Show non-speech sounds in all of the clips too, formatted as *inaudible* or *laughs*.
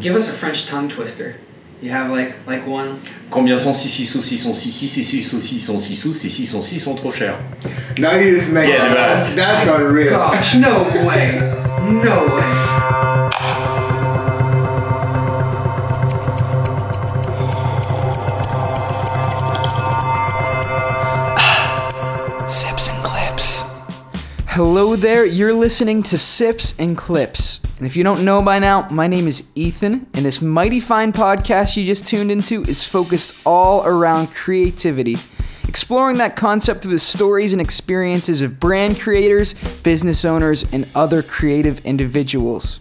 Give us a French tongue twister. You have like like one. Combien sont 6 6 ou 6 sont 6 6 et 6 sont 6 sont 6 ou 6 6 sont 6 sont trop chers Now you just make Yeah, right. that's unreal. Gosh, no way, no way. *sighs* Sips and Clips. Hello there, you're listening to Sips and Clips. And if you don't know by now, my name is Ethan, and this mighty fine podcast you just tuned into is focused all around creativity, exploring that concept through the stories and experiences of brand creators, business owners, and other creative individuals.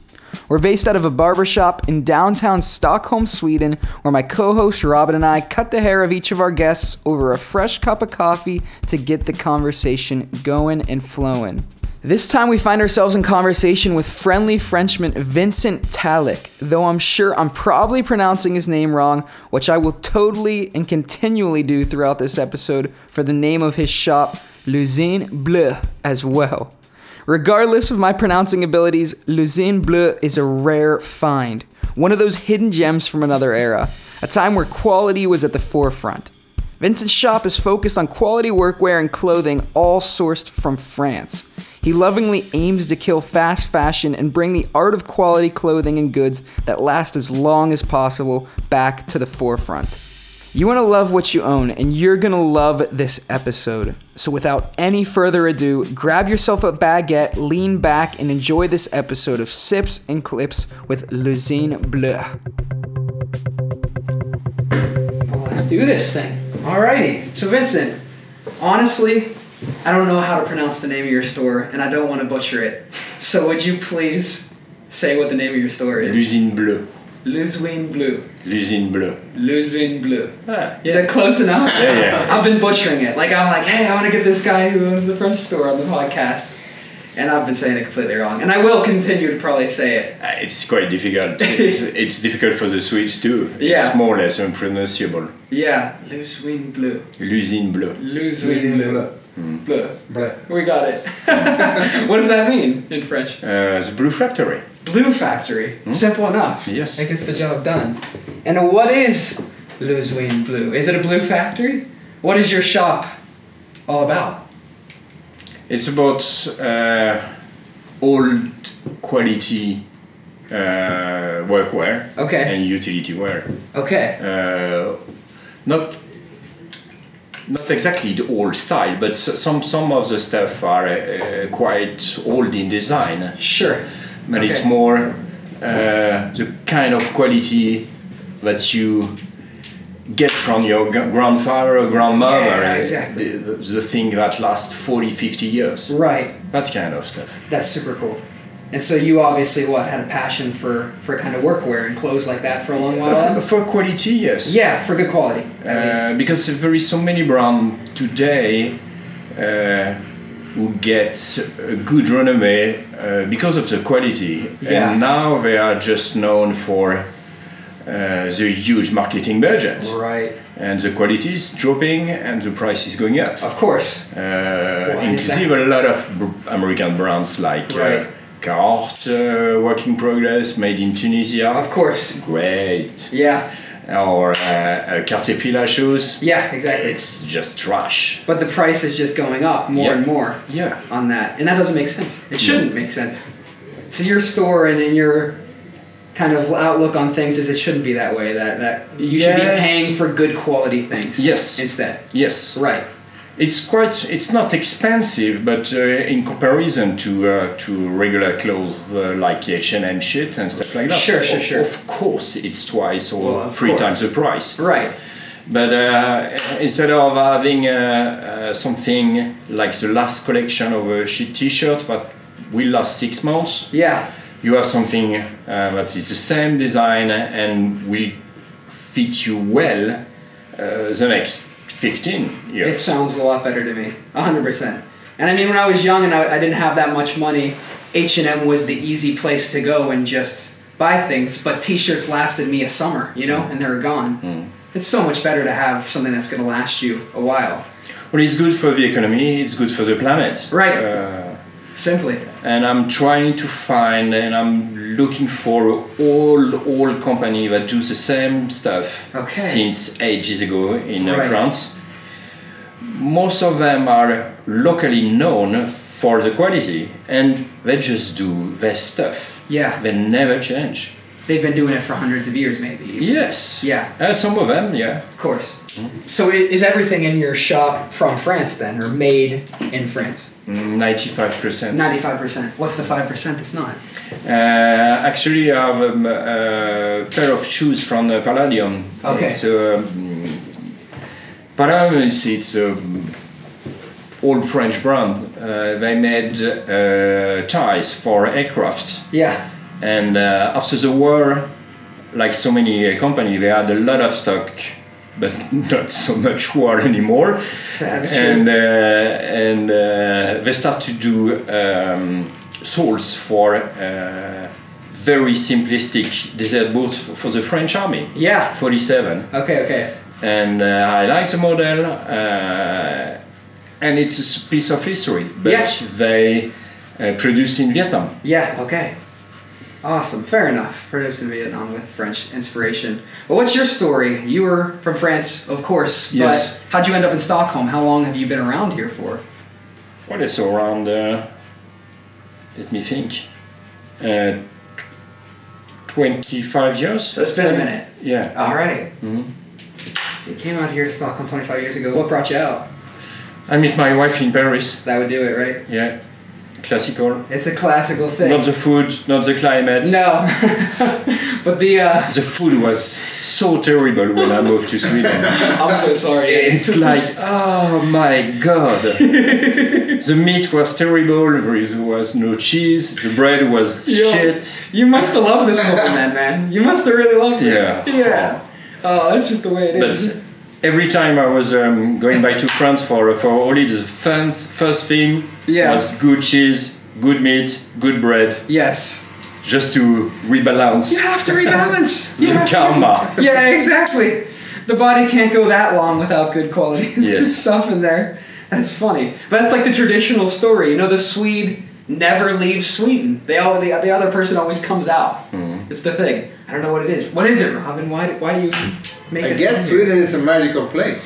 We're based out of a barbershop in downtown Stockholm, Sweden, where my co host Robin and I cut the hair of each of our guests over a fresh cup of coffee to get the conversation going and flowing. This time we find ourselves in conversation with friendly Frenchman Vincent Talik, though I'm sure I'm probably pronouncing his name wrong, which I will totally and continually do throughout this episode for the name of his shop, L'Usine Bleue, as well. Regardless of my pronouncing abilities, Luzin Bleu is a rare find. One of those hidden gems from another era, a time where quality was at the forefront. Vincent's shop is focused on quality workwear and clothing, all sourced from France. He lovingly aims to kill fast fashion and bring the art of quality clothing and goods that last as long as possible back to the forefront. You want to love what you own, and you're going to love this episode. So, without any further ado, grab yourself a baguette, lean back, and enjoy this episode of Sips and Clips with Luzine Bleu. Well, let's do this thing. Alrighty. So Vincent, honestly, I don't know how to pronounce the name of your store, and I don't want to butcher it. *laughs* So would you please say what the name of your store is? L'usine bleue. Luzwin Blue. L'usine bleue. Luzwin Blue. Ah, Is that close enough? Yeah, yeah. I've been butchering it. Like I'm like, hey, I want to get this guy who owns the French store on the podcast, and I've been saying it completely wrong, and I will continue to probably say it. Ah, It's quite *laughs* difficult. it's, it's difficult for the Swedes too. Yeah. It's more or less unpronounceable. Yeah, Luzwin Blue. L'usine bleue. Luzwin Bleu. Bleu. But We got it. *laughs* what does that mean in French? Uh, the Blue Factory. Blue Factory. Simple enough. Yes. It gets the job done. And what is Luzwin Blue? Is it a blue factory? What is your shop all about? It's about uh, old quality uh, workwear Okay. and utility wear. Okay. Uh, not not exactly the old style, but s- some some of the stuff are uh, quite old in design. Sure. but it's Okay. more uh, the kind of quality that you get from your g- grandfather or grandmother Yeah, uh, exactly. the, the, the thing that lasts 40 50 years Right. that kind of stuff That's super cool. And so you obviously what had a passion for for kind of workwear and clothes like that for a long while. for, then? for quality yes Uh-huh. yeah, for good quality. At Uh, least. because there is so many brands today uh, who get a good renommé uh, because of the quality, Yeah. and now they are just known for uh, the huge marketing budget, Right. and the quality is dropping and the price is going up. Of course. Uh, Why is inclusive a lot of br- American brands like Right. uh, Carhartt, uh, Work in Progress, made in Tunisia. Of course. Great. Yeah. Or uh, uh, Cartier Pilar shoes. Yeah, exactly. It's just trash. But the price is just going up more Yeah. and more Yeah. on that. And that doesn't make sense. It shouldn't make sense. So your store and, and your kind of outlook on things is it shouldn't be that way. That that you should be Yes. paying for good quality things. Yes. Instead. Yes. Right. It's quite. It's not expensive, but uh, in comparison to uh, to regular clothes uh, like H and M shit and stuff like that. Sure, sure, of, sure. Of course, it's twice or Well, of three course. times the price. Right. But uh, instead of having uh, uh, something like the last collection of a shit T-shirt that will last six months, Yeah. you have something uh, that is the same design and will fit you well uh, the next 15 It years. sounds a lot better to me. 100%. And I mean, when I was young and I, I didn't have that much money, H&M was the easy place to go and just buy things. But t-shirts lasted me a summer, you Mm. know, and they were gone. It's so much better to have something that's going to last you a while. Well, it's good for the economy, it's good for the planet. Right. Uh, Simply. and I'm trying to find and I'm looking for all all company that do the same stuff Okay. since ages ago in uh, Right. France. Most of them are locally known for the quality and they just do their stuff. Yeah. They never change. They've been doing it for hundreds of years, maybe. Yes. Yeah. Oh. Uh, some of them, yeah. Of course. So i- is everything in your shop from France then, or made in France? Mm, Ninety-five percent. Ninety-five percent. What's the five percent that's not? Uh, actually, I have um, a pair of shoes from uh, Palladium. Okay. It's, um, Palladium is it's um, old French brand. Uh, they made uh, ties for aircraft, Yeah. and uh, after the war, like so many uh, companies, they had a lot of stock, but *laughs* not so much war anymore Savage. and uh, and uh, they start to do um, souls for uh, very simplistic desert boots f- for the French army. yeah. 47 Okay. Okay. and uh, I like the model uh, and it's a s- piece of history but Yeah. they uh, produce in Vietnam Yeah, okay. Awesome. Fair enough. Produced in Vietnam with French inspiration. But what's your story? You were from France, of course. Yes. But how'd you end up in Stockholm? How long have you been around here for? what is around uh, let me think uh, 25 years So it's been a minute. Mm-hmm. yeah All right. Mhm. So you came out here to Stockholm 25 years ago. What brought you out? I meet my wife in Paris. That would do it, right? Yeah, classical. It's a classical thing. Not the food, not the climate. no. *laughs* but the, uh, The food was so terrible when I moved to Sweden. I'm so sorry. It's like, oh my god. the meat was terrible, there was no cheese, the bread was Yo. shit. You must have loved this compliment, man. You must have really loved it. Yeah. Yeah. Oh, that's just the way it But is. every time I was um, going back to France for for holidays, the first, first thing Yeah. was good cheese, good meat, good bread, yes. just to rebalance You have to *laughs* rebalance. You the have to- karma. Yeah, exactly. The body can't go that long without good quality *laughs* Yes. stuff in there. That's funny. But that's like the traditional story. You know, the Swede never leaves Sweden. They all the, the other person always comes out. Mm-hmm. It's the thing. I don't know what it is. What is it, Robin? Why do- why do you make I us guess come here? Sweden is a magical place.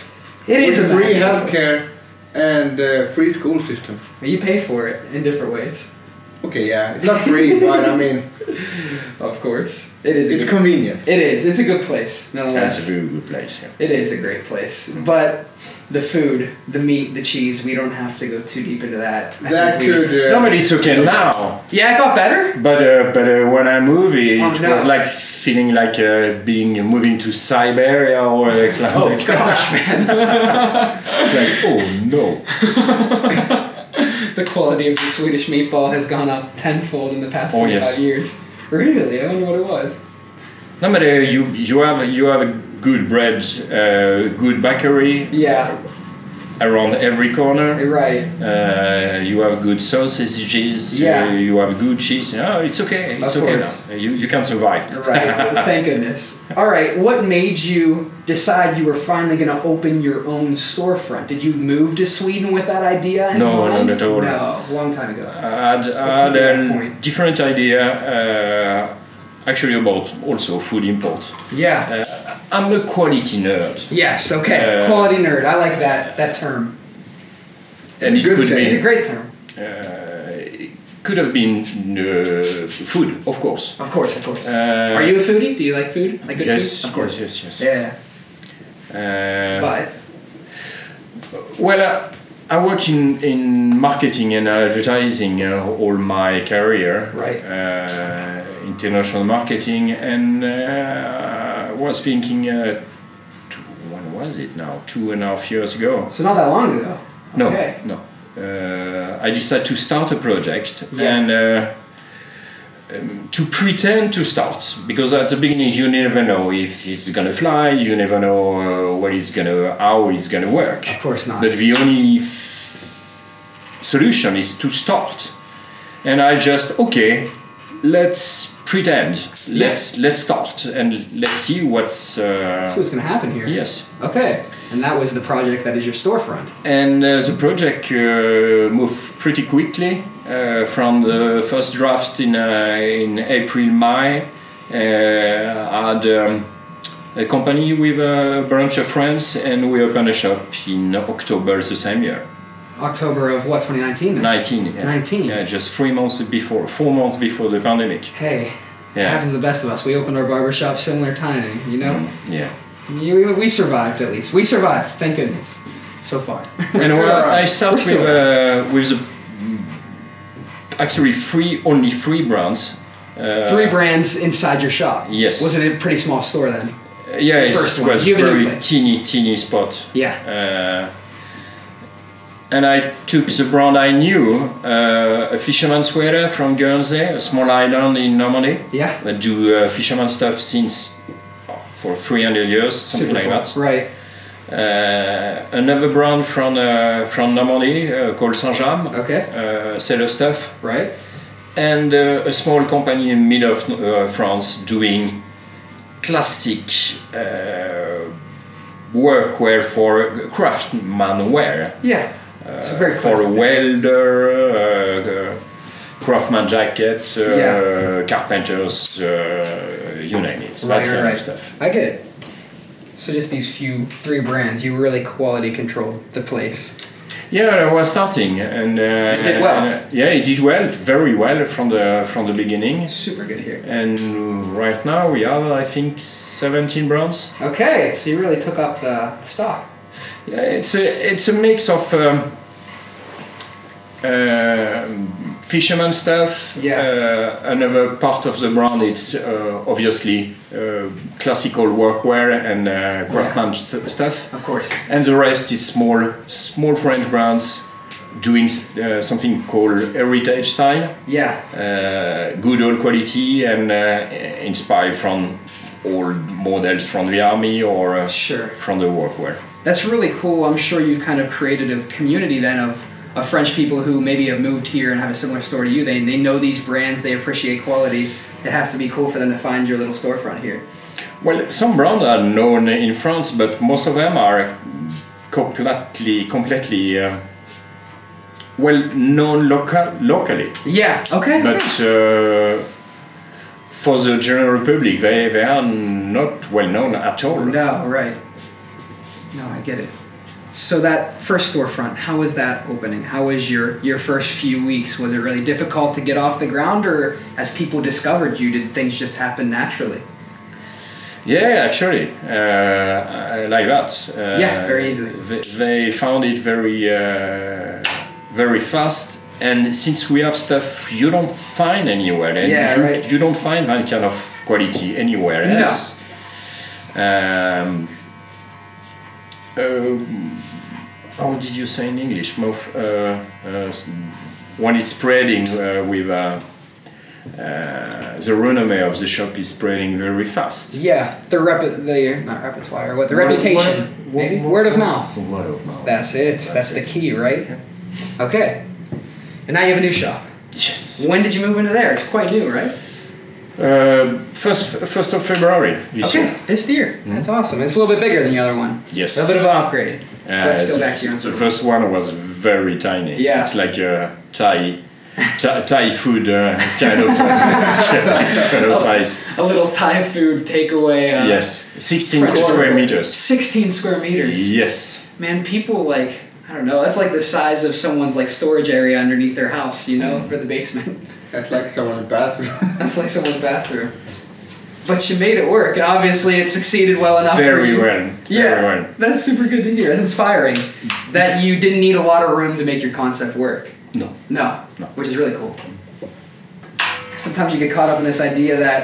It is a With free magic- healthcare and uh, free school system. You pay for it in different ways, Okay, yeah, it's not *laughs* free, but I mean, of course. It is. A it's good, convenient. it is. It's a good place. Nonetheless. That's a very good place. Yeah. It is a great place, but the food, the meat, the cheese, we don't have to go too deep into that. I That think we- could. Uh, Normally it's okay now, Yeah, it got *laughs* better. but uh, but uh, when I moved, it Oh, no. was like feeling like uh, being moving to Siberia or uh, a climate. *laughs* Oh gosh, man, *laughs* *laughs* like oh no. the quality of the Swedish meatball has gone up tenfold in the past Oh, 25 yes. years. Really, I wonder what it was. No, but uh, you you have you have a good bread, uh, good bakery Yeah, around every corner. you're right. Uh, you have good sausages. Yeah. Uh, you have good cheese. Oh, it's okay. It's Of okay course. now. You you can survive. You're right. Thank goodness. All right, what made you decide you were finally going to open your own storefront? Did you move to Sweden with that idea? In No, not mind? at all. No, a long time ago. I had, I What do you had think at that a point? different idea, uh, actually about also food import. Yeah. Uh, I'm a quality nerd, Yes. Okay. Uh, Quality nerd. I like that that term. and it Good could thing. It's a be great term. uh, it could have been uh, food, of course. Of course. Of course. Uh, Are you a foodie? Do you like food? Like good Yes, food? Of course. Yes, yes. yes. Yeah. Uh, But Well, uh, I work in, in marketing and advertising uh, all my career. Right. Uh, international marketing, and uh, was thinking, uh, two, when was it now? Two and a half years ago. so not that long ago. No, Okay. no. Uh, I decided to start a project Yeah. and uh, um, to pretend to start because at the beginning you never know if it's gonna fly, you never know uh, what it's gonna, how it's gonna work. Of course not. But the only f- solution is to start. And I just okay, let's pretend, let's let's start and let's see what's. Uh, See what's gonna happen here. yes. Okay. and that was the project that is your storefront. And uh, the project uh, moved pretty quickly uh, from the first draft in, uh, in April, May. Uh, I had um, a company with a branch of friends, and we opened a shop in October the same year. October of what 2019? 19. Yeah. 19. Yeah, just three months before, four months before the pandemic. Hey, it Yeah. Mm-hmm. happens to the best of us. We opened our barbershop similar timing, you know. Yeah. You, we survived at least. We survived, thank goodness, so far. And well, I start We're with still uh, with the, actually three only three brands. Uh, Three brands inside your shop. Yes. Was it a pretty small store then? Yeah, the it first one, was Juvenile very Place. teeny teeny spot. Yeah. Uh, and I took the brand I knew, uh, a fisherman's sweater from Guernsey, a small island in Normandy. Yeah. That do uh, fisherman stuff since oh, for 300 years, something Super like cool. that. Right. Uh, another brand from uh, from Normandy uh, called Saint James. Okay. Uh, sell us stuff Right. and uh, a small company in mid of uh, France doing classic uh, workwear for craftsman wear. Yeah. Uh, So very for a classic. welder, uh, uh, craftsman jackets, uh, Yeah. carpenters, uh, you name it, that Right, kind right. of stuff. I get it. So just these few three brands, you really quality controlled the place. Yeah, I was starting, and uh, It did well. and, uh, yeah, it did well, very well from the from the beginning. Super good here. And right now we have, I think, 17 brands. Okay, so you really took up the, the stock. Yeah, it's a it's a mix of um, uh, fisherman stuff. Yeah. Uh, another part of the brand it's uh, obviously uh, classical workwear and uh, craftsman st- stuff, Of course. and the rest is small small French brands doing s- uh, something called heritage style, Yeah. uh, good old quality, and uh, inspired from old models from the army or uh, Sure. from the workwear. That's really cool. I'm sure you've kind of created a community then of, of French people who maybe have moved here and have a similar story to you. They, they know these brands, they appreciate quality. It has to be cool for them to find your little storefront here. Well, some brands are known in France, but most of them are completely, completely uh, well known local, locally. Yeah, okay. But uh, for the general public, they, they are not well known at all. No, right. No, I get it. So that first storefront, how was that opening? How was your your first few weeks? Was it really difficult to get off the ground, or as people discovered you, did things just happen naturally? Yeah, actually, uh, I like that. Uh, Yeah, very easily. They, they found it very, uh, very fast. And since we have stuff you don't find anywhere, and Yeah, you, right. you don't find that kind of quality anywhere No. else. Um, um, how did you say in English? More, f- uh, uh, when it's spreading uh, with uh, uh, the renommé of the shop is spreading very fast. Yeah, the rep the not repertoire, what the Word- reputation, word- maybe word- word of mouth. Word of mouth. That's it. That's, the key, right? Okay. And now you have a new shop. Yes. When did you move into there? It's quite new, right? Uh, first, first of February this Okay, year. this year. That's awesome. It's a little bit bigger than the other one. Yes. A little bit of an upgrade. Uh, Let's go the, back here. The first one was very tiny. Yeah. It's like a Thai, Thai, Thai food uh, kind of *laughs* kind of size. a little Thai food takeaway. Uh, Yes. 16 French square quarter. meters. 16 square meters. Yes. Man, people like, I don't know, that's like the size of someone's like storage area underneath their house, you Mm. know, for the basement. *laughs* That's like someone's bathroom. That's like someone's bathroom. But you made it work, and obviously it succeeded well enough. for Very you. well. Yeah, Very well. that's super good to hear. That's inspiring. That you didn't need a lot of room to make your concept work. No. No, No. which is really cool. Sometimes you get caught up in this idea that,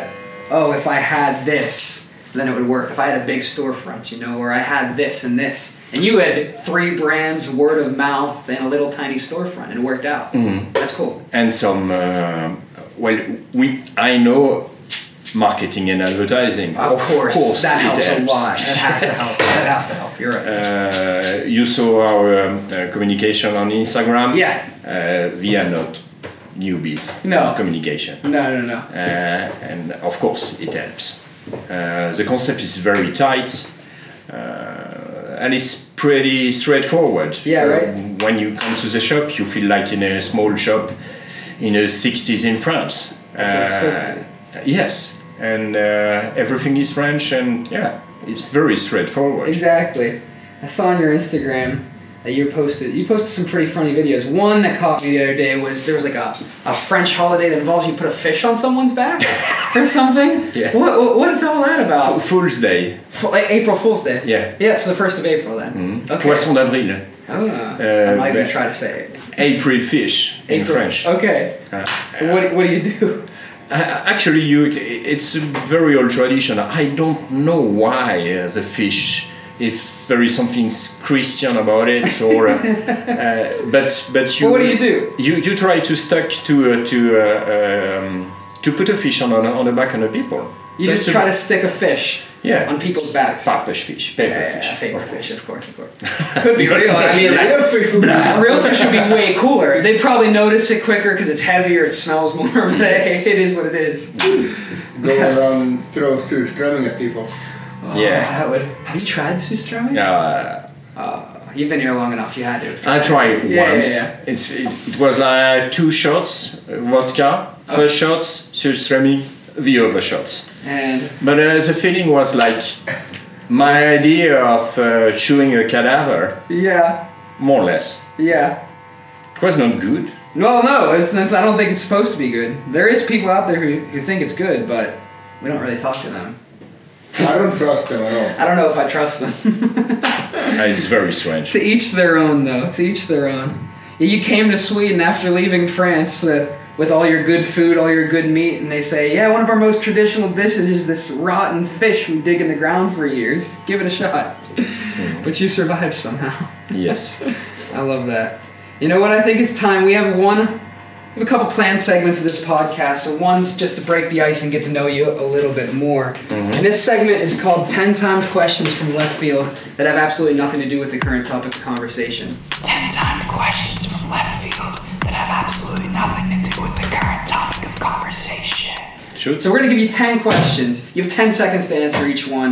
oh, if I had this, then it would work. If I had a big storefront, you know, or I had this and this, and you had three brands, word of mouth, and a little tiny storefront, and it worked out. Mm-hmm. That's cool. and some uh, well we i know marketing and advertising Of, course, that it helps, a helps. lot. *laughs* That has Yes. to help. That has to help. You're right. uh, you saw our um, uh, communication on instagram Yeah. uh, we are not newbies No. in communication no, no, no. uh, and of course it helps uh, the concept is very tight uh, and it's pretty straightforward. Yeah, Uh, right. when you come to the shop, you feel like in a small shop in the 60s in France. That's what it's supposed to be. Yes, and uh, everything is French, and yeah, it's very straightforward. Exactly. I saw on your Instagram that you posted you posted some pretty funny videos. One that caught me the other day was there was like a, a French holiday that involves you put a fish on someone's *laughs* back or something. Yeah. What, what what is all that F- about? Fool's Day, F- like April Fool's Day. yeah. Mm-hmm. Yeah, it's the first of April then. Okay. Poisson d'avril, Ah, Uh, I'm not gonna but- try to say it. April fish in April. French. Okay. Uh, What what do you do? Uh, Actually, you, it's a very old tradition. I don't know why uh, the fish, if there is something Christian about it, or uh, *laughs* uh, but but you. Well, what do you do? You you try to stuck to uh, to uh, um, to put a fish on on, on the back of the people. You That's just try to stick a fish Yeah. on people's backs. Papish fish, paper Yeah, yeah, fish. yeah, paper of course. fish, of course, of *laughs* course. Could be real. I *laughs* mean, *laughs* like, Real people. A real fish would be way cooler. They probably notice it quicker because it's heavier, it smells more, *laughs* but hey, it is what it is. Go around throw through strumming at people. Yeah. That would. Have you tried Sustrami? Oh. Uh, Uh, you've been here long enough. You had to. have tried. I tried Yeah, yeah, once. yeah. It's it, it was like two shots, uh, vodka, Oh. first shots, surströmming, the other shots. And But uh, the feeling was like my idea of uh, chewing a cadaver, yeah, more or less. yeah. It was not good. Well, no, it's, it's, I don't think it's supposed to be good. There is people out there who, who think it's good, but we don't really talk to them. I don't trust them at I don't know if I trust them. *laughs* Uh, It's very strange. to each their own, though. To each their own. You came to Sweden after leaving France uh, with all your good food, all your good meat, and they say, yeah, one of our most traditional dishes is this rotten fish we dig in the ground for years. Give it a shot. but you survived somehow. Yes. I love that. You know what? I think it's time. We have one, we have a couple planned segments of this podcast. So one's just to break the ice and get to know you a little bit more. And this segment is called 10 timed questions from left field that have absolutely nothing to do with the current topic of conversation. 10 timed questions from left field that have absolutely nothing to do with the current topic of conversation. Shoot. So we're gonna give you 10 questions. You have 10 seconds to answer each one.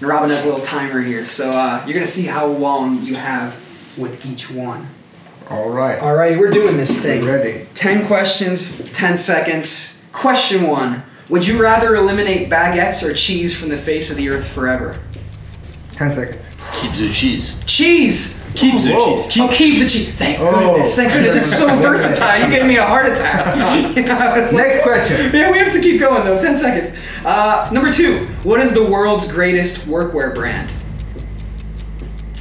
And Robin has a little timer here. So uh, you're gonna see how long you have with each one. all. All right. All right, we're doing this You thing. ready? 10 questions, 10 seconds. Question one Would you rather eliminate baguettes or cheese from the face of the earth forever? *laughs* Ten seconds. Keep the cheese. Cheese! Keep the Whoa. cheese. Keep, Keep. oh, keep the cheese. Thank Oh. goodness. Thank goodness. *laughs* It's so versatile. You gave me a heart attack. *laughs* Yeah, I was like- Next question. yeah, we have to keep going though. 10 seconds. Uh, number two What is the world's greatest workwear brand?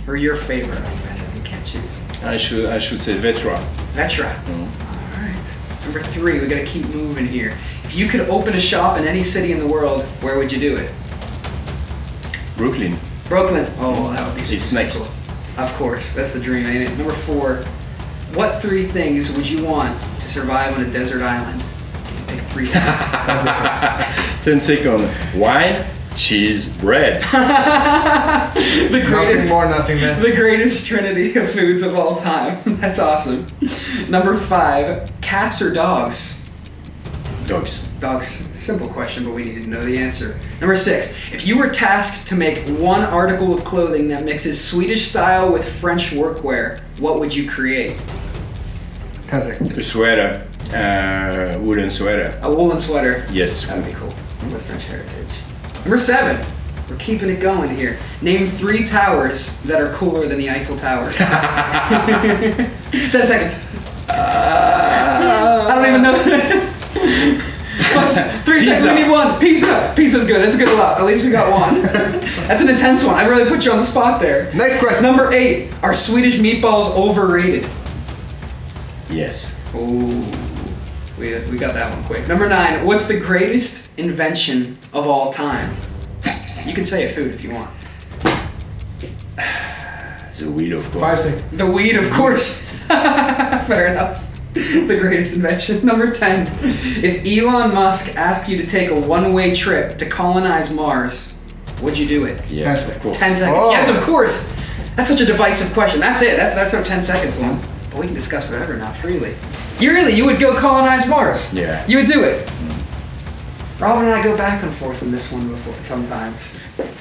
Or your favorite? I said we can't choose. I should I should say Vetra. Vetra. All right. Number three, we gotta keep moving here. If you could open a shop in any city in the world, where would you do it? Brooklyn. Brooklyn. Oh, that would be. It's super next. cool. Of course, that's the dream, ain't it? Number four, what three things would you want to survive on a desert island? Pick three things. Ten second. Wine, cheese, *laughs* bread. the Nothing greatest. more, nothing less. The greatest trinity of foods of all time. *laughs* That's awesome. Number five, cats or dogs? Dogs. Dogs, simple question, but we needed to know the answer. Number six, if you were tasked to make one article of clothing that mixes Swedish style with French workwear, what would you create? Ten seconds. A sweater. Uh, woolen sweater. A woolen sweater. Yes. That would be cool. With French heritage. Number seven, we're keeping it going here. Name three towers that are cooler than the Eiffel *laughs* Tower. Ten seconds. I don't even know. Plus, Three Pizza. seconds. We need one. Pizza. Pizza's good. That's a good lot. At least we got *laughs* one. That's an intense one. I really put you on the spot there. Next question. Number eight. Are Swedish meatballs overrated? Yes. Oh, we, we got that one quick. Number nine. What's the greatest invention of all time? You can say a food if you want. The wheel, of course. Five seconds. The weed, of course. *laughs* Fair enough. The greatest invention. *laughs* Number 10. If Elon Musk asked you to take a one way trip to colonize Mars, would you do it? Yes, Ten of course. 10 seconds. Oh. Yes, of course. That's such a divisive question. That's it. That's, that's our 10 seconds ones. But we can discuss whatever now freely. You really, you would go colonize Mars. Yeah. You would do it. Robin and I go back and forth on this one before sometimes.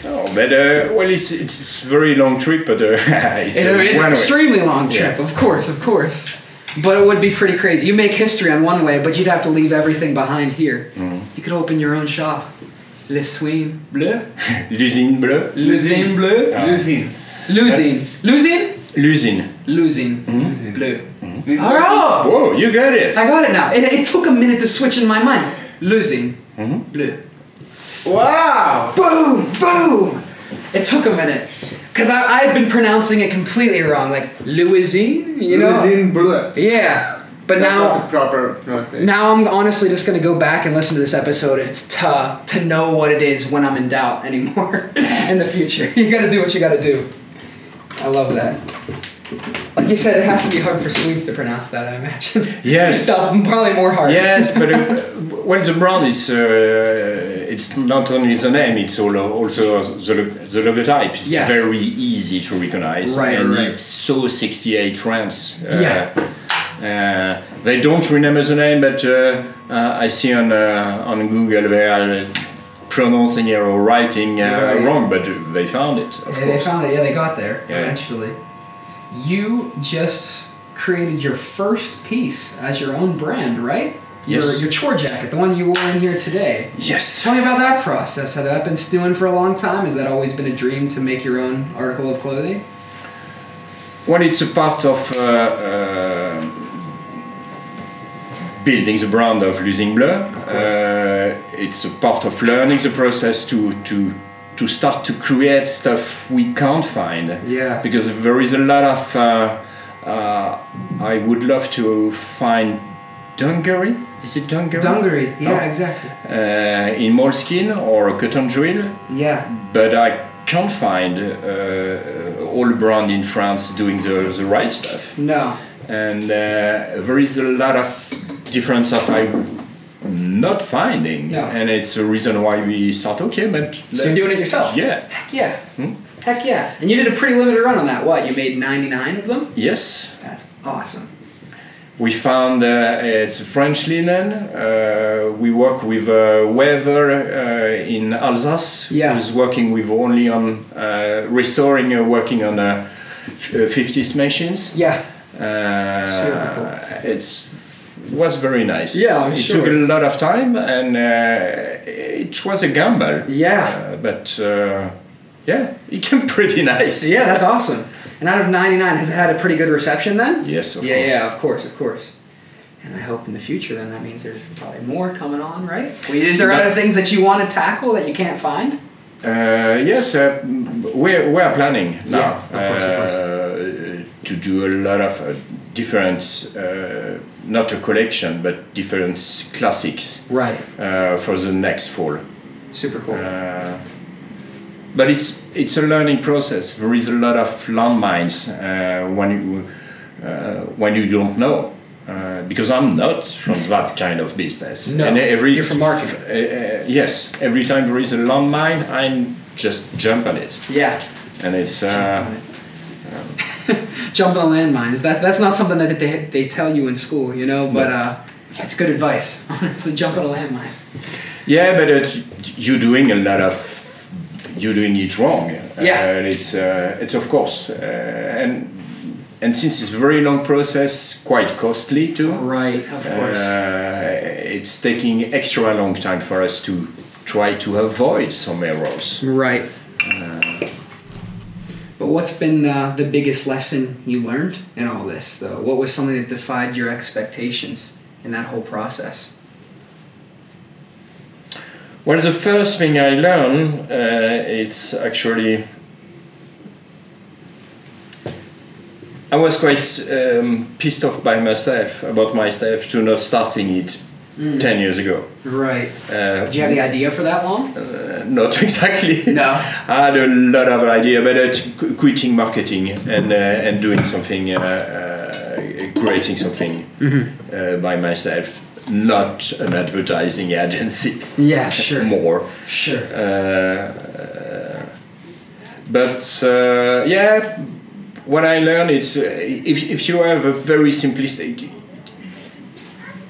Oh, but uh, well, it's it's, it's very long trip, but uh, *laughs* it's, It- uh, it's an one way. extremely long trip, Yeah. of course, of course. But it would be pretty crazy. You make history on one way, but you'd have to leave everything behind here. You could open your own shop. Le Swine Bleu? L'usine bleue. L'usine Bleu? Losing. Losing. Losing? L'usine. Losing. Bleu. We- Oh! Whoa, you got it. I got it now. It, it took a minute to switch in my mind. Losing. Bleu. Wow! boom, boom. It took a minute because I, I had been pronouncing it completely wrong, like Louisine, you know? Losing bullet. Yeah, but That's not now the proper pronunciation. now I'm honestly just gonna go back and listen to this episode as to to know what it is when I'm in doubt anymore *laughs* in the future. *laughs* You gotta do what you gotta do. I love that. Like you said, it has to be hard for Swedes to pronounce that. I imagine. *laughs* Yes. probably more hard. Yes, but uh, when the brand is, uh, it's not only the name; it's all, uh, also the, lo- the logotype. It's Yes. very easy to recognize, Right, and right. it's so 68 France. Uh, Yeah. uh, they don't remember the name, but uh, uh, I see on uh, on Google they are pronouncing it or writing uh, Right. wrong, but they found it, Yeah, of they course. found it. Yeah, they got there Yeah. eventually. You just created your first piece as your own brand, right? Your, Yes. your chore jacket, the one you wore in here today. Yes. Tell me about that process. Had that been stewing for a long time? Has that always been a dream to make your own article of clothing? Well, it's a part of uh, uh, building the brand of Losing Bleu. Uh, it's a part of learning the process to, to, to start to create stuff we can't find. Yeah. Because there is a lot of. Uh, uh, I would love to find dungaree. Is it dungaree? Dungaree. Yeah, Oh. exactly. Uh, in moleskin or cotton drill Yeah. but I can't find uh, all brand in France doing the, the right stuff. No. And uh, there is a lot of different stuff I'm not finding. Yeah. And it's a reason why we start, okay, but... So you're doing it yourself? Yeah. Heck yeah. Hmm? Heck yeah. And you did a pretty limited run on that. What? You made 99 of them? Yes. That's awesome. We found uh, it's French linen. Uh, we work with a weaver uh, in Alsace Yeah. who's working with only on uh, restoring, uh, working on uh, f- uh, 50s machines. Yeah. Uh, it's was very nice. Yeah, I'm it sure. took a lot of time and uh, it was a gamble. Yeah. Uh, but uh, yeah, *laughs* it came pretty nice. Yeah, that's awesome. And out of 99, has it had a pretty good reception then? Yes, of yeah, course. yeah, of course, of course. And I hope in the future then that means there's probably more coming on, right? Well, Is there But- other things that you want to tackle that you can't find? Uh, yes, uh, we're, we're planning now Yeah, of course, of course. uh, to do a lot of uh, different, uh, not a collection, but different classics Right. uh, for the next fall. Super cool. Uh, but it's it's a learning process. There is a lot of landmines uh, when you uh, when you don't know. Uh, because I'm not *laughs* from that kind of business. No, every, you're from marketing. Uh, uh, yes, every time there is a landmine, I'm just jump on it, yeah. and it's uh, Jump on landmines. That's that's not something that they, they tell you in school, you know, but uh, that's good advice. *laughs* Honestly, jump on a landmine. yeah, but it, you're doing a lot of you're doing it wrong. Yeah. Uh, and it's uh, it's of course, uh, and and since it's a very long process, quite costly too. Right, of course. Uh, it's taking extra long time for us to try to avoid some errors. right. Uh, but what's been uh, the biggest lesson you learned in all this, though? What was something that defied your expectations in that whole process? Well, the first thing I learned, uh, it's actually I was quite um, pissed off by myself about myself to not starting it ten years ago. Right. Uh, Did Hmm. you have the idea for that long? *laughs* Uh, not exactly. No. I had a lot of idea, but uh, qu- quitting marketing and uh, and doing something, uh, uh, creating something uh, by myself, not an advertising *laughs* agency Yeah, sure. more. Sure. Uh, but uh, yeah, what I learned is uh, if, if you have a very simplistic,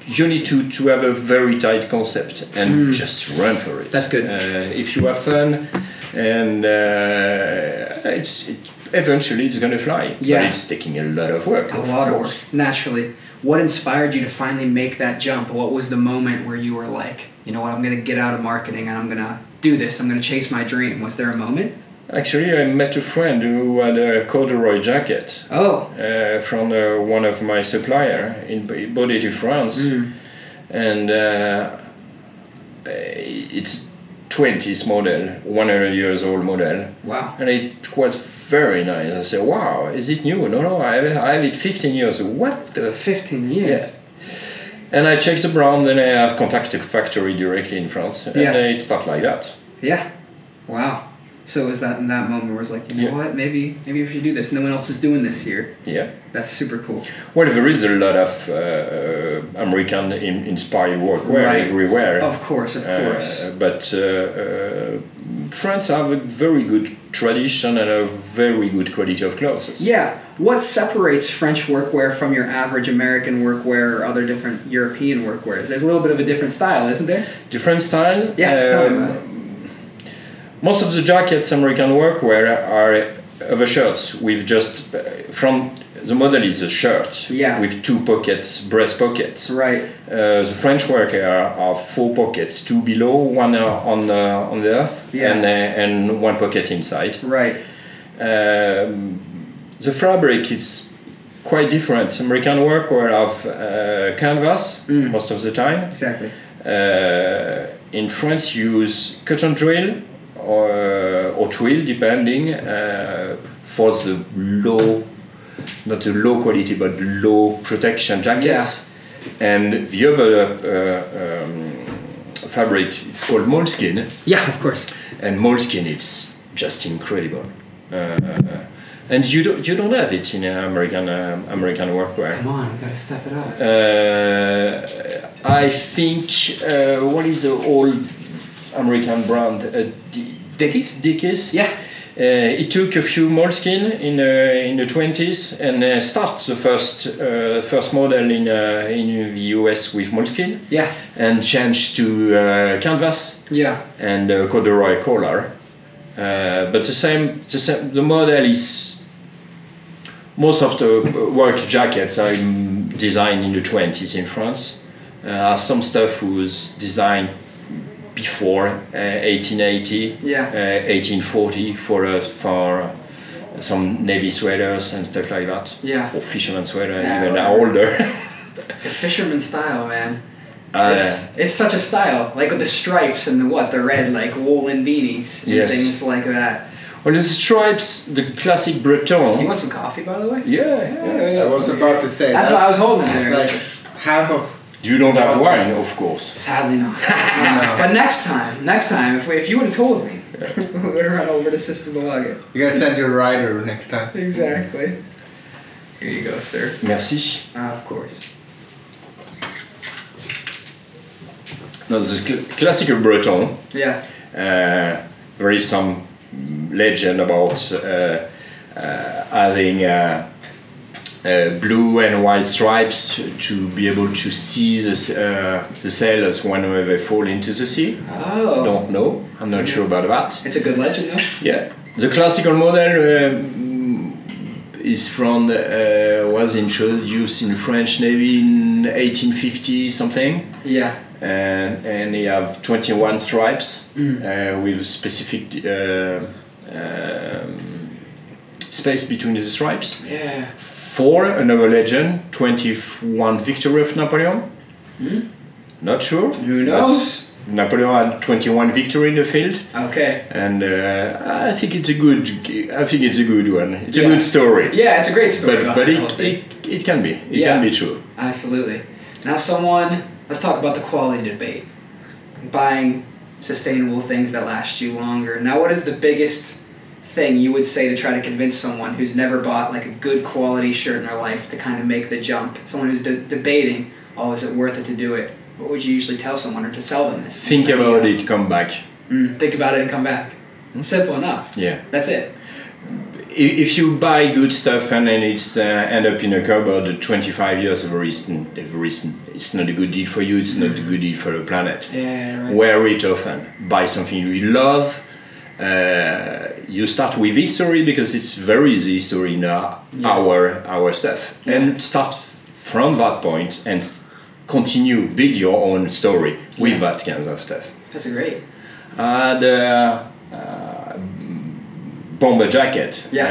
you need to, to have a very tight concept and just run for it. Hmm. That's good. Uh, if you have fun, and uh, it's it, eventually it's gonna fly. Yeah. But it's taking a lot of work. A lot of course. work, naturally. What inspired you to finally make that jump? What was the moment where you were like, you know what, I'm gonna get out of marketing and I'm gonna do this. I'm gonna chase my dream. Was there a moment? Actually, I met a friend who had a corduroy jacket Oh, uh, from uh, one of my supplier. In, he bought it in France, Mm. and uh, it's 20s model, 100 years old model. wow. and it was very nice. I said, "Wow, is it new?" No, no, I have, I have it 15 years. What the? F-? 15 years. Yeah. And I checked around, and I contacted factory directly in France, and Yeah. it started like that. Yeah. Wow. So it was that in that moment where it's like, you know Yeah. what, maybe maybe if you do this, no one else is doing this here. Yeah. That's super cool. Well, there is a lot of uh, American in- inspired workwear Right. Oh, everywhere. Of course, of course. Uh, but uh, uh, France have a very good tradition and a very good quality of clothes. Yeah. What separates French workwear from your average American workwear or other different European workwears? There's a little bit of a different style, isn't there? Different style. Yeah, tell me um, about it. Most of the jackets American workwear are overshirts with just uh, from the model is a shirt Yeah. with two pockets, breast pockets. Right. Uh, the French worker are four pockets, two below, one uh, on uh, on the earth, Yeah. and uh, and one pocket inside. Right. Um, the fabric is quite different. American workwear have uh, canvas most of the time Mm. Exactly. uh, in France you use cotton drill or, uh, or twill depending uh, for the low not the low quality but low protection jackets and the other uh, um, fabric it's called moleskin Yeah, of course. and moleskin it's just incredible uh, and you don't you don't have it in uh, American um American workwear Come on, we gotta step it up. uh, I think uh, what is the old American brand uh, D- Dickies? Dickies. Yeah. Uh, it took a few moleskin in uh, in the twenties and uh, start the first uh, first model in uh, in the US with moleskin Yeah. and changed to uh, canvas Yeah. and uh, corduroy collar. Uh, but the same, the same, the model is most of the work jackets are mm, designed in the 20s in France. Uh, some stuff was designed before uh, 1880, Yeah. uh, 1840 for uh, for some navy sweaters and stuff like that. Yeah. Or fisherman sweater, Yeah, even whatever. *laughs* older. The fisherman style, man. Uh, it's, it's such a style, like with the stripes and the what, the red, like woolen beanies and Yes. things like that. well, the stripes, the classic Breton. You want some coffee, by the way? yeah, yeah, yeah. I was about to say. That's what I was holding there. Like half of You don't have wine, of course. Sadly not. Uh, But next time, next time, if, we, if you would have told me, we would have run over to Sister Belaga. you're gonna send your rider next time. Exactly. Here you go, sir. Merci. Ah, of course. No, this is cl- classical Breton. Yeah. Uh, there is some mm, legend about uh, uh, having uh, uh, blue and white stripes to be able to see the, s- uh, the sailors whenever they fall into the sea. Oh. Don't know. I'm not sure about that. It's a good legend, though. Yeah, the classical model um, is from uh, was introduced in French Navy in 1850 something, Yeah. and and they have 21 stripes Mm. uh, with specific uh, um, space between the stripes. Yeah. For another legend, 21 victory of Napoleon. Mm. Not sure. Who knows? but Napoleon had 21 victory in the field Okay. and uh, I think it's a good. I think it's a good one. It's Yeah. a good story. Yeah, it's a great story. But about but that whole it, thing. it it can be. It Yeah. can be true. Absolutely. Now, someone, let's talk about the quality debate. Buying sustainable things that last you longer. Now, what is the biggest thing you would say to try to convince someone who's never bought like a good quality shirt in their life to kind of make the jump? Someone who's de- debating, oh, is it worth it to do it? What would you usually tell someone or to sell them this? Think this about idea? it. Come back. Mm, think about it and come back. Simple enough. Yeah. That's it. i- if you buy good stuff and then it's uh, end up in a cupboard at 25 years of a reason, of a reason, it's not a good deal for you. It's not a good deal for the planet. Mm. Yeah, right. Wear it often. Buy something you love. Uh, you start with history because it's very easy history in our our, our stuff, and start from that point and continue build your own story with Yeah. that kind of stuff That's great. had a uh, bomber jacket Yeah.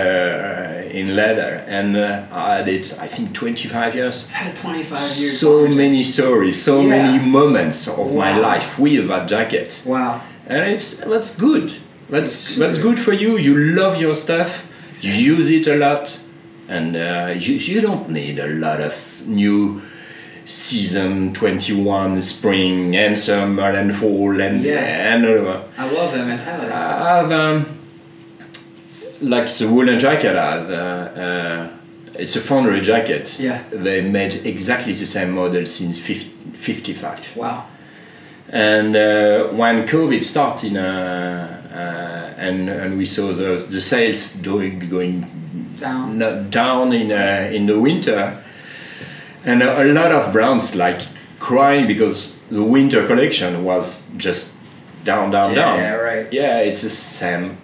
uh, in leather and uh, I had it I think 25 years I've had a 25 years. so many stories so Yeah. many moments of my Wow. life with that jacket Wow. and it's that's good that's It's that's good. good for you you love your stuff you use it a lot and uh, you, you don't need a lot of new season 21 spring and summer and fall and Yeah. and all that. I love that mentality. I have um, like the woolen jacket I have. Uh, uh, it's a foundry jacket. Yeah. They made exactly the same model since 50, 55. wow. And uh, when COVID started, uh, uh, and and we saw the, the sales doing going Down. not down in uh, in the winter, and a, a lot of brands like crying because the winter collection was just down, down, Yeah, down. yeah, right. Yeah, it's the same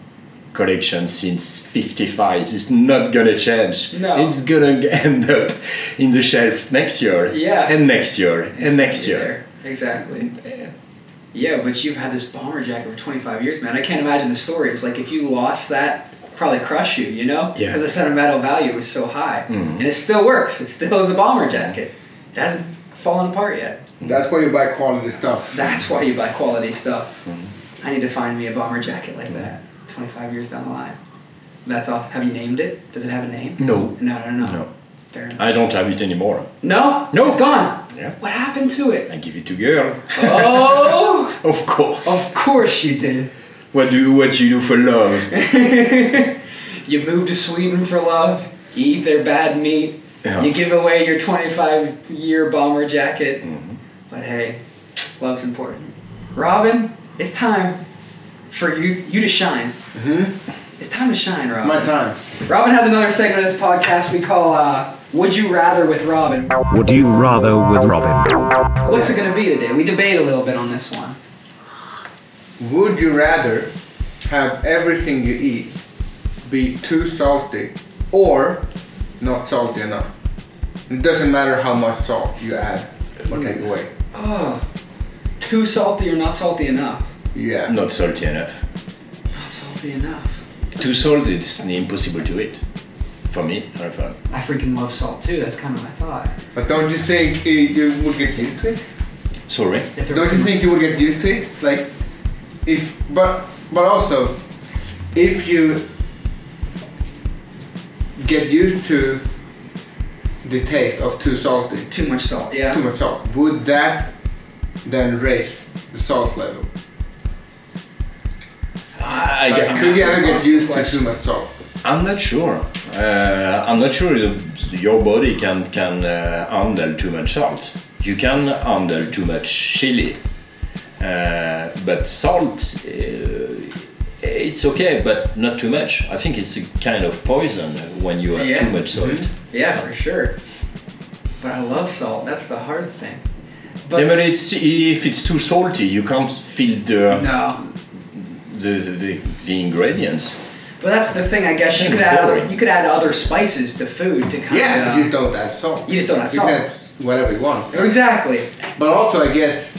collection since 55. It's not gonna change. No. It's gonna *laughs* end up in the shelf next year. Yeah. And next year. It's and next gonna be year. there. Exactly. Yeah, but you've had this bomber jacket for 25 years, man. I can't imagine the stories. Like, if you lost that, probably crush you, you know? Yeah. Mm-hmm. Because the sentimental value was so high. And it still works. It still is a bomber jacket. It hasn't fallen apart yet. That's why you buy quality stuff. That's why you buy quality stuff. I need to find me a bomber jacket like that 25 years down the line. That's awesome. Have you named it? Does it have a name? No. No, no, no. No. Fair enough. I don't have it anymore. No? No. It's gone. Yeah. What happened to *laughs* it? I give it to girl. Oh! Of course. Of course you did. What do you, what you do for love? You move to Sweden for love. You eat their bad meat. Yeah. You give away your 25 year bomber jacket. But hey, love's important. Robin, it's time for you you to shine. Mm-hmm. It's time to shine, Robin. My time. Robin has another segment of this podcast we call uh, Would You Rather with Robin. Would you rather with Robin? What's it going to be today? We debate a little bit on this one. Would you rather have everything you eat be too salty or not salty enough? It doesn't matter how much salt you add or take away. Oh, too salty or not salty enough? Yeah. Not salty enough. Not salty enough. Too salty, it's impossible to eat. For me, I found. I freaking love salt too. That's kind of my thought. But don't you think eh, you would get used to it? Sorry. If there was Don't you too think you would get used to it? Like, if but but also, if you get used to the taste of too salty, much, too much salt? Yeah. too much salt, would that then raise the salt level? I, I, Like, I'm- could you ever get asking used to questions. too much salt? I'm not sure. Uh, I'm not sure you- your body can can uh, handle too much salt. You can handle too much chili, uh, but salt, uh, it's okay, but not too much. I think it's a kind of poison when you have Yeah. Mm-hmm. too much salt. Yeah, for sure. But I love salt. That's the hard thing. But Yeah, but it's, if it's too salty, you can't feel the, no. the, the, the, the ingredients. But that's the thing. I guess you Kinda could add other boring. you could add other spices to food to kind Yeah, of. you don't add salt. You just don't add You salt. can add whatever you want. Oh, Exactly. But also, I guess,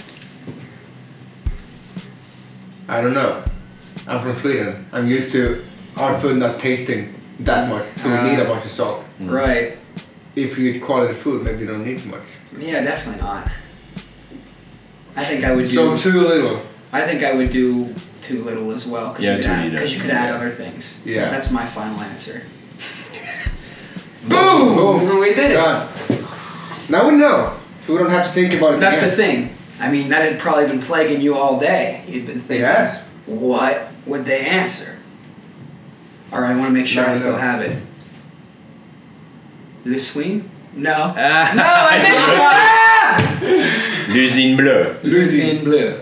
I don't know. I'm from Sweden. I'm used to our food not tasting that much, so Ah. we need a bunch of salt. Mm. Right. If you eat quality food, maybe you don't need much. Yeah, definitely not. I think I would So do. too little. I think I would do too little as well because you, Yeah, could too add- little. 'cause you could add other things. Yeah. That's my final answer. Boom! We did it. Done. Oh, Now we know. So we don't have to think about it That's again. the thing. I mean, that had probably been plaguing you all day. You'd been thinking, Yes. what would they answer? All right, I want to make sure No, I no. still have it. Le Swing? No. no, *laughs* I mixed it up! L'usine bleue. Blue.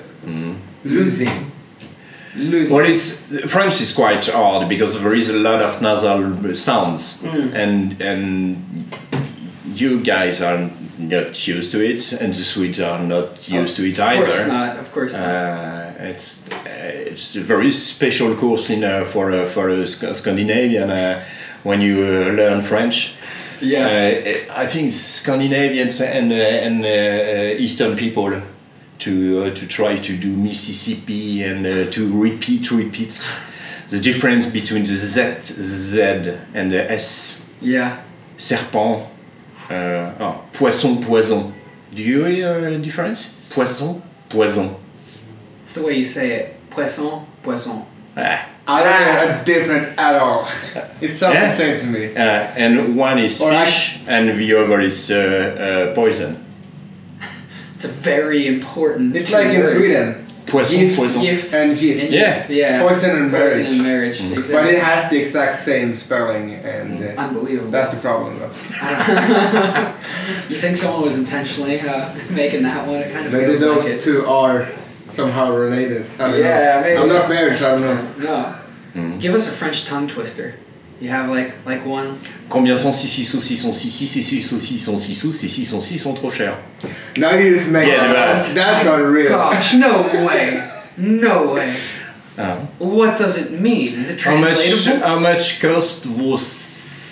Losing. Lose. Well, it's French is quite hard because there is a lot of nasal sounds, Mm. and and you guys are not used to it, and the Swedes are not used to it Of either. course not. Of course not. Uh, it's uh, it's a very special course in uh, for uh, for a Sc- Scandinavian uh, when you uh, learn French. Yeah. Uh, I think Scandinavians and uh, and uh, Eastern people to uh, to try to do Mississippi and uh, to repeat repeats the difference between the Z Z and the S yeah. serpent uh, oh, poisson poison. Do you hear a difference? Poisson poison. It's the way you say it. Poisson, poisson. Ah. I don't know a different at all. *laughs* It sounds Yeah. the same to me. Uh, and one is Or I- fish and the other is uh, uh, poison. It's a very important. It's two like in words. Sweden Poisson, Gift, poison. Gift. and gift, And Yeah. Mm-hmm. gift, Yeah. Poison and Poison and marriage. marriage. but Exactly. it has the exact same spelling, and Mm. uh, Unbelievable. that's the problem. Though. you think someone was intentionally uh, making that one? It kind of Maybe feels those like it. two are somehow related. I don't Yeah, know. maybe. I'm not married, so I don't know. No. Mm-hmm. Give us a French tongue twister. You have like like one. Combien sont 6 6 ou 6 sont 6 6 6 6 ou 6 sont 6 ou 6 6 sont 6 sont trop chers. Now you just make Yeah, right. That's not real. Gosh, no way. No way. Uh, What does it mean? Is it how much translatable? how much cost was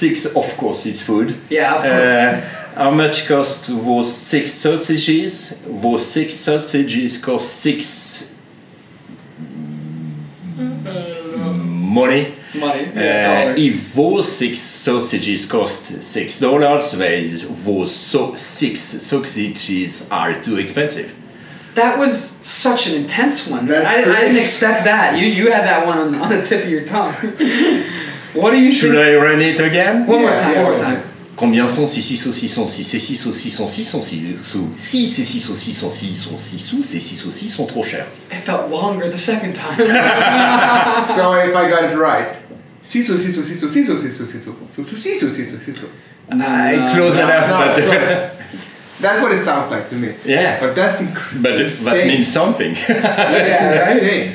6 of course it's food. Yeah, of course. Uh, how much cost was 6 sausages? Was 6 sausages cost 6 money? Money. Euh, Yeah, Uh, dollars. if those six sausages cost six dollars, those so six sausages are too expensive. That was such an intense one. That's I, I pretty- didn't expect that. You you had that one on, on the tip of your tongue. *laughs* what do you Should think? I run it again? One more Yeah, time. yeah, one more yeah. time. Combien sont 6 6 ou 6 sont 6 et 6 ou 6 sont 6 sont 6 sous 6 et 6 ou 6 sont 6 sont 6 sous et 6 ou 6 sont trop chers. I felt longer the second time. So if I got it right, sisu sisu sisu sisu sisu sisu sisu sisu sisu sisu. Ah, I Ah, close no, enough, no, but no. That's what it sounds like to me. Yeah. But that's incredible. but that means something. *laughs* Yeah, right?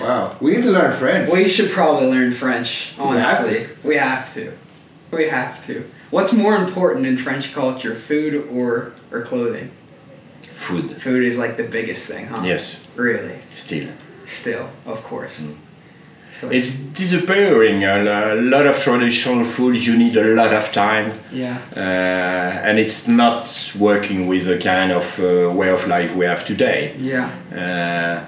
wow, we need to learn French. We should probably learn French, have honestly. We have to. We have to. What's more important in French culture, food or or clothing? Food, Food is like the biggest thing, huh? yes, Really? still. Still, of course. So It's disappearing. A lot of traditional food. You need a lot of time. yeah. uh, and it's not working with the kind of uh, way of life we have today. Yeah. Uh,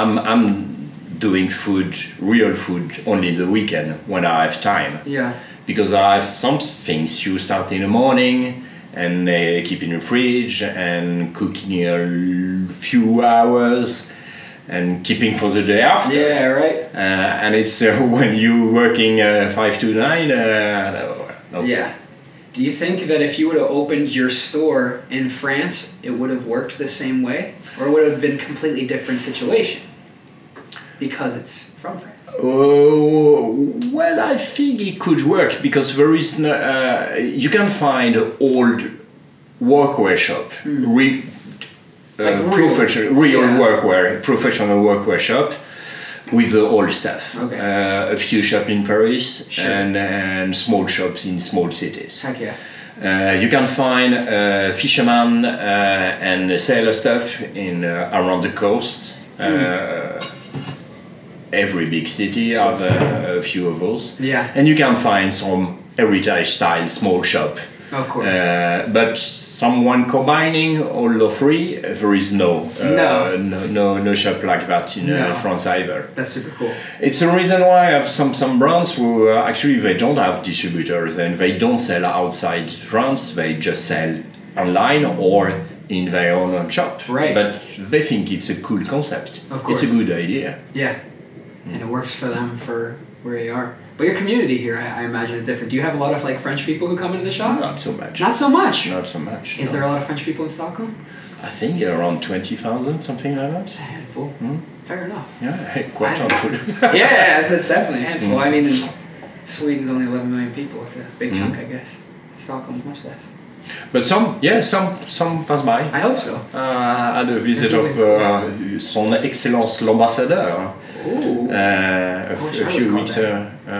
I'm I'm doing food, real food, only the weekend when I have time Yeah. because I have some things you start in the morning and uh, keep in the fridge and cooking a l- few hours and keeping for the day after. Yeah, right? Uh, and it's uh, *laughs* when you working uh, five to nine. Uh, no, no. Yeah. Do you think that if you would have opened your store in France, it would have worked the same way? Or would it have been completely different situation? Because it's from France. Oh well, I think it could work because there is no, uh, you can find old workwear shop, re, uh, Hmm. Like real- professional, real yeah. workwear, professional workwear shop with the old stuff. Okay. Uh, a few shop in Paris Sure. and, and small shops in small cities. Heck yeah. Uh, you can find uh, fishermen uh, and sailor stuff in uh, around the coast. Hmm. Uh, every big city have uh, a few of those. Yeah. And you can find some heritage style small shop. Of course. Uh, but someone combining all the three, uh, there is no uh, No. no no no shop like that in No. uh, France either. That's super cool. It's the reason why I have some some brands who uh, actually they don't have distributors and they don't sell outside France. They just sell online or in their own shop. Right. But they think it's a cool concept. Of course. It's a good idea. Yeah. And it works for them for where they are. But your community here, I, I imagine, is different. Do you have a lot of like French people who come into the shop? Not so much. Not so much. Not so much. Is no. there a lot of French people in Stockholm? I think around twenty thousand, something like It's that. a handful. Hmm. Fair enough. Yeah, *laughs* I- quite helpful. yeah, *laughs* yeah, it's, it's definitely a handful. Mm-hmm. I mean, Sweden's only 11 million people. It's a big chunk, I guess. Stockholm's much less. *laughs* But some, yeah, some some pass by. I hope so. uh, had a visit Isn't of uh, Son Excellence l'ambassadeur Ooh. uh, a, wish f- I a was few called weeks that. uh, uh,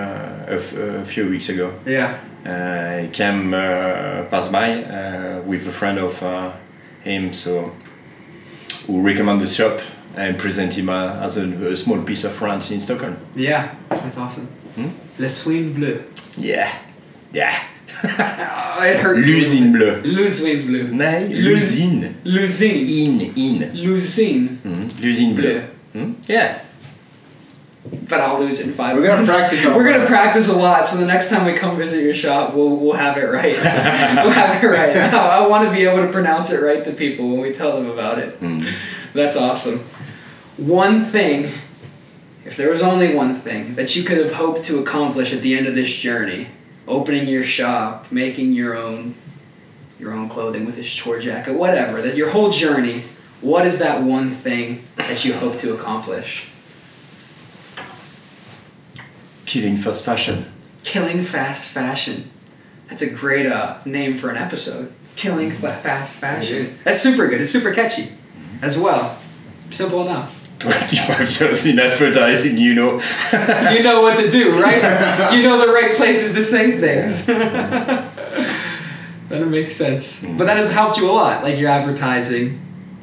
a, f- a few weeks ago. Yeah. Uh, he came uh, pass by uh, with a friend of uh, him, so who recommended the shop and present him uh, as a, a small piece of France in Stockholm. Yeah. That's awesome. Le Swin Bleu. Yeah, yeah. Oh, it hurt. L'usine bleue. L'usine Bleu. No, l'usine. L'usine. In, in. L'usine. Mm, L'usine bleue. Mm, Yeah. But I'll lose it in five We're gonna minutes. practice. on We're gonna that. practice a lot, so the next time we come visit your shop, we'll we'll have it *laughs* right. we'll have it right. I want to be able to pronounce it right to people when we tell them about it. Hmm. That's awesome. One thing, if there was only one thing that you could have hoped to accomplish at the end of this journey, opening your shop, making your own, your own clothing with his tour jacket, whatever, that your whole journey. What is that one thing that you hope to accomplish? Killing fast fashion. *laughs* Killing Fast Fashion. That's a great uh, name for an episode. Killing fa- Fast Fashion. That's super good. It's super catchy as well. Simple enough. 25 years in advertising, you know. You know what to do, right? you know the right places to say things. *laughs* that makes sense. But that has helped you a lot, like your advertising.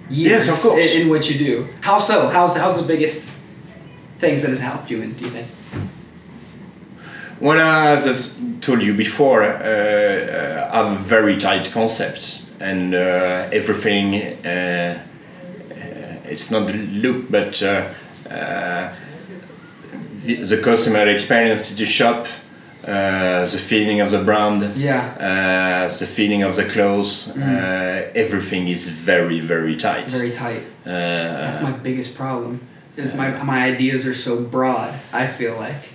Years Yes, of course. In, in what you do. How so? How's, how's the biggest things that has helped you in, do you think? When I, as I s- told you before, uh, uh, I have a very tight concept and uh, everything, uh, uh, it's not the look, but uh, uh, the, the customer experience in the shop, uh, the feeling of the brand, Yeah. uh, the feeling of the clothes, uh, everything is very, very tight. Very tight. Uh, That's my biggest problem. Is my my ideas are so broad. I feel like.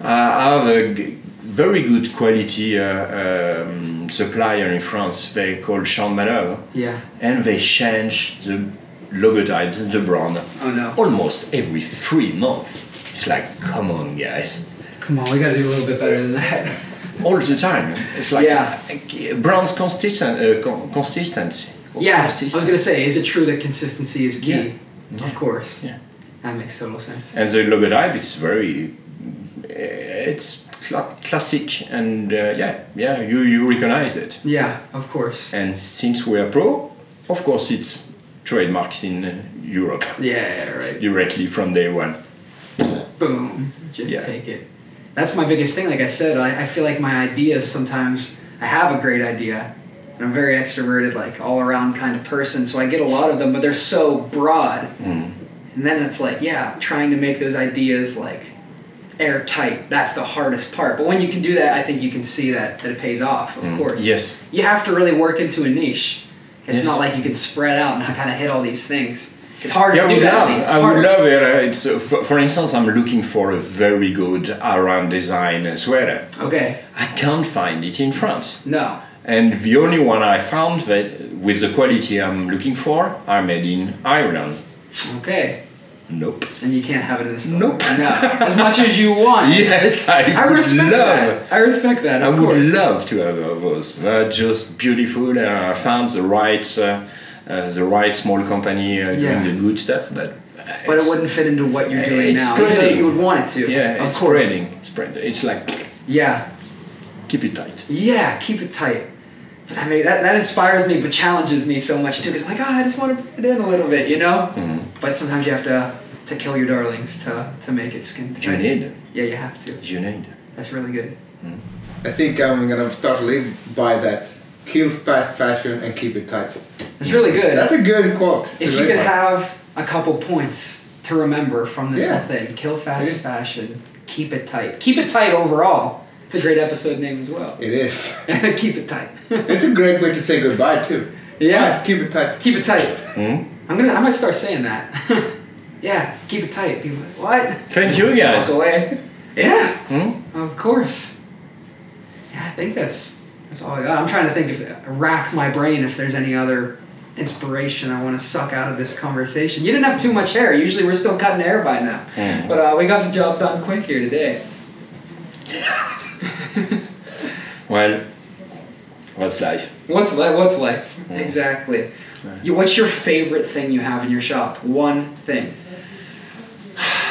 I have a g- very good quality uh, um, supplier in France. They call Champ Manœuvre, Yeah. and they change the logotypes and the brand Oh no. almost every three months. It's like, come on, guys, Come on, we gotta do a little bit better than that. all the time. It's like Yeah. uh, brands consistent, uh, con- consistency. *laughs* yeah. I was Consistency. gonna say, is it true that consistency is key? Of course. Yeah. That makes total sense. And the logotype is very, uh, it's cla- classic, and uh, yeah, yeah, you you recognize it. Yeah, of course. And since we are pro, of course it's trademarks in uh, Europe *laughs* Yeah, right. directly from day one. Boom. Just Yeah. take it. That's my biggest thing. Like I said, I, I feel like my ideas sometimes I have a great idea. And I'm very extroverted, like all around kind of person, so I get a lot of them, but they're so broad. Mm-hmm. And then it's like, yeah, trying to make those ideas like airtight. That's the hardest part. But when you can do that, I think you can see that that it pays off, of course. Mm-hmm. yes. You have to really work into a niche. It's Yes. not like you can spread out and kind of hit all these things. It's hard Yeah, I to do would that. at love, least. I Hard. would love it. uh, It's, uh, for, for instance, I'm looking for a very good Aran design uh, sweater. Okay. I can't find it in France. No. And the only one I found that with the quality I'm looking for are made in Ireland. Okay. Nope. And you can't have it in the store. Nope. No. As much as you want. *laughs* Yes, I, I would respect love. that. I respect that. I Of would course. love to have those. They're just beautiful. Uh, I found the right, uh, uh, the right small company uh, Yeah. doing the good stuff, but uh, but it it's- wouldn't fit into what you're Uh, doing it's now. even though spreading. you would want it to. Yeah, of it's course. spreading. Spread. It's like Yeah. keep it tight. Yeah. Keep it tight. But I mean, that, that inspires me, but challenges me so much too. Because I'm like, oh, I just want to bring it in a little bit, you know. Mm-hmm. But sometimes you have to to kill your darlings to to make it skin tight. You need. Yeah, you have to. You need. That's really good. I think I'm gonna start live by that. Kill fast fashion and keep it tight. That's really good. That's a good quote. to If you live could by. have a couple points to remember from this Yeah. whole thing, kill fast Yes. fashion, keep it tight. Keep it tight overall. It's a great episode name as well. *laughs* It is. keep it tight. *laughs* It's a great way to say goodbye too. Yeah. keep it tight. keep it tight. I'm gonna. I might start saying that. *laughs* yeah, keep it tight. People, are like, what? Thank you, Walk guys. away. Yeah. Hmm? Of course. Yeah, I think that's that's all I got. I'm trying to think if rack my brain if there's any other inspiration I want to suck out of this conversation. You didn't have too much hair. Usually we're still cutting hair by now, Mm. but uh, we got the job done quick here today. Well, What's life? What's li- what's life? Exactly. You, what's your favorite thing you have in your shop? One thing.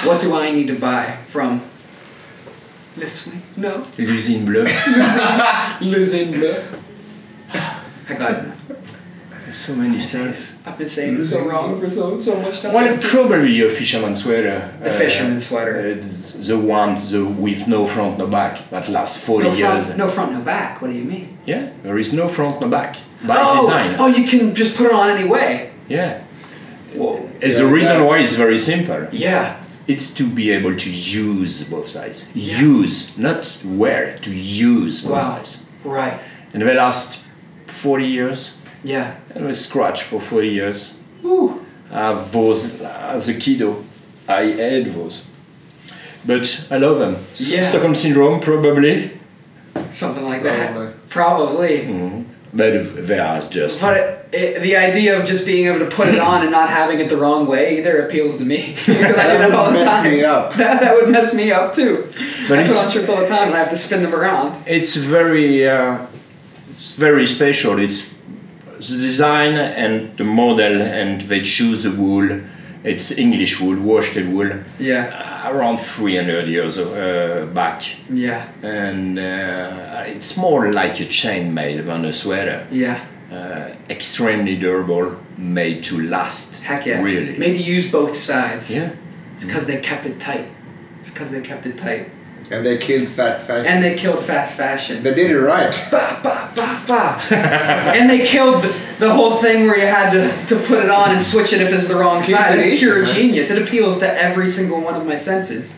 What do I need to buy from? This week? No. L'usine bleue. *laughs* Losing bleu. *sighs* I got it. so many stuff. I've been saying this so wrong for so so much time. Well, probably a fisherman's sweater. The fisherman's sweater. Uh, the one the, with no front, no back that lasts 40 no years. front, no front, no back. What do you mean? Yeah, there is no front, no back. By oh, design. oh, you can just put it on any way. Yeah. Whoa. And the Yeah, reason that- why is very simple. Yeah. It's to be able to use both sides. Use, not wear, to use both Wow. sides. Right. And they last 40 years. Yeah. And we scratch for 40 years. Ooh. I have those as a kiddo. I hate those. But I love them. S- Yeah. Stockholm syndrome, probably. Something like that. Probably. Probably. But they are just. But it, it, the idea of just being able to put it on and not having it the wrong way either appeals to me *laughs* because I do that all the would mess time. me up. That, *laughs* that would mess me up too. But I put it's- on shirts all the time and I have to spin them around. it's very uh, it's very special it's the design and the model and they choose the wool it's english wool washed wool Yeah, uh, around 300 years uh, back yeah, and uh, it's more like a chainmail than a sweater yeah. uh, extremely durable made to last Heck yeah. really Made to use both sides. yeah It's because they kept it tight. It's because they kept it tight. And they killed fat fashion. And they killed fast fashion. they did it right. bah, bah, bah, bah. and they killed the, the whole thing where you had to, to put it on and switch it if it's the wrong side. It's pure Combination, right? genius. It appeals to every single one of my senses.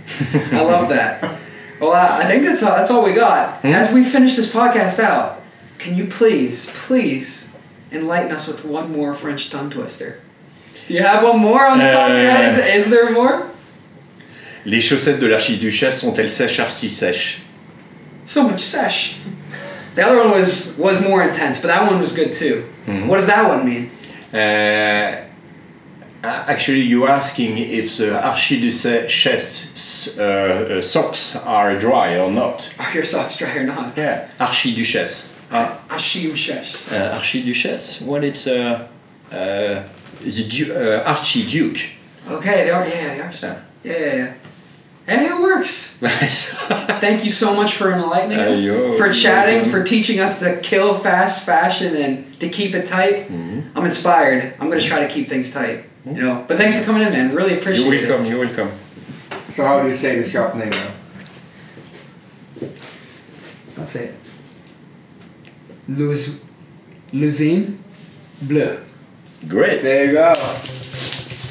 I love that. Well, I, I think that's all, that's all we got. As we finish this podcast out, can you please, please enlighten us with one more French tongue twister? Do you have one more on the top of your head? Is, is there more? les chaussettes de l'archiduchesse sont-elles sèches archi sèches So much sesh. The other one was was more intense, but that one was good too. What does that one mean? Uh, actually, you're asking if the archiduchess uh, uh, socks are dry or not. Are your socks dry or not? Yeah. Archiduchesse. Uh, Ashiushesh. uh, archiduchesse? Well, it's uh, uh, the du- uh, archduke. *laughs* Okay, they are. Yeah, they are. Yeah. Yeah, yeah, yeah. And it works. Thank you so much for enlightening us, Ayo, for chatting, welcome. for teaching us to kill fast fashion and to keep it tight. Mm-hmm. I'm inspired. I'm gonna try to keep things tight. You know. But thanks for coming in, man. Really appreciate you're welcome, it. you're welcome. So how do you say the shop name now? I'll say it. Luz, Luzine, bleu. Great. There you go.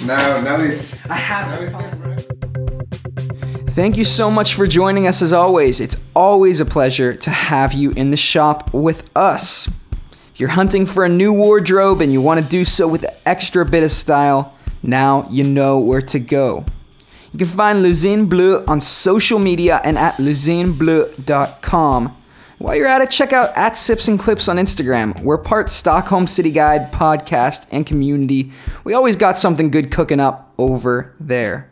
Now, now it's I have. now it. it's different. Thank you so much for joining us as always. It's always a pleasure to have you in the shop with us. If you're hunting for a new wardrobe and you want to do so with an extra bit of style, now you know where to go. You can find Luzine Bleu on social media and at luzinebleu.com. While you're at it, check out at Sips and Clips on Instagram. We're part Stockholm City Guide podcast and community. We always got something good cooking up over there.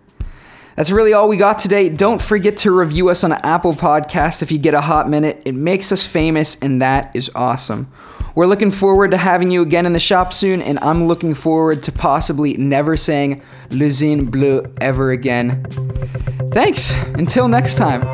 That's really all we got today. Don't forget to review us on Apple Podcast if you get a hot minute. It makes us famous, and that is awesome. We're looking forward to having you again in the shop soon, and I'm looking forward to possibly never saying Luzine Bleu ever again. Thanks. Until next time. *sighs*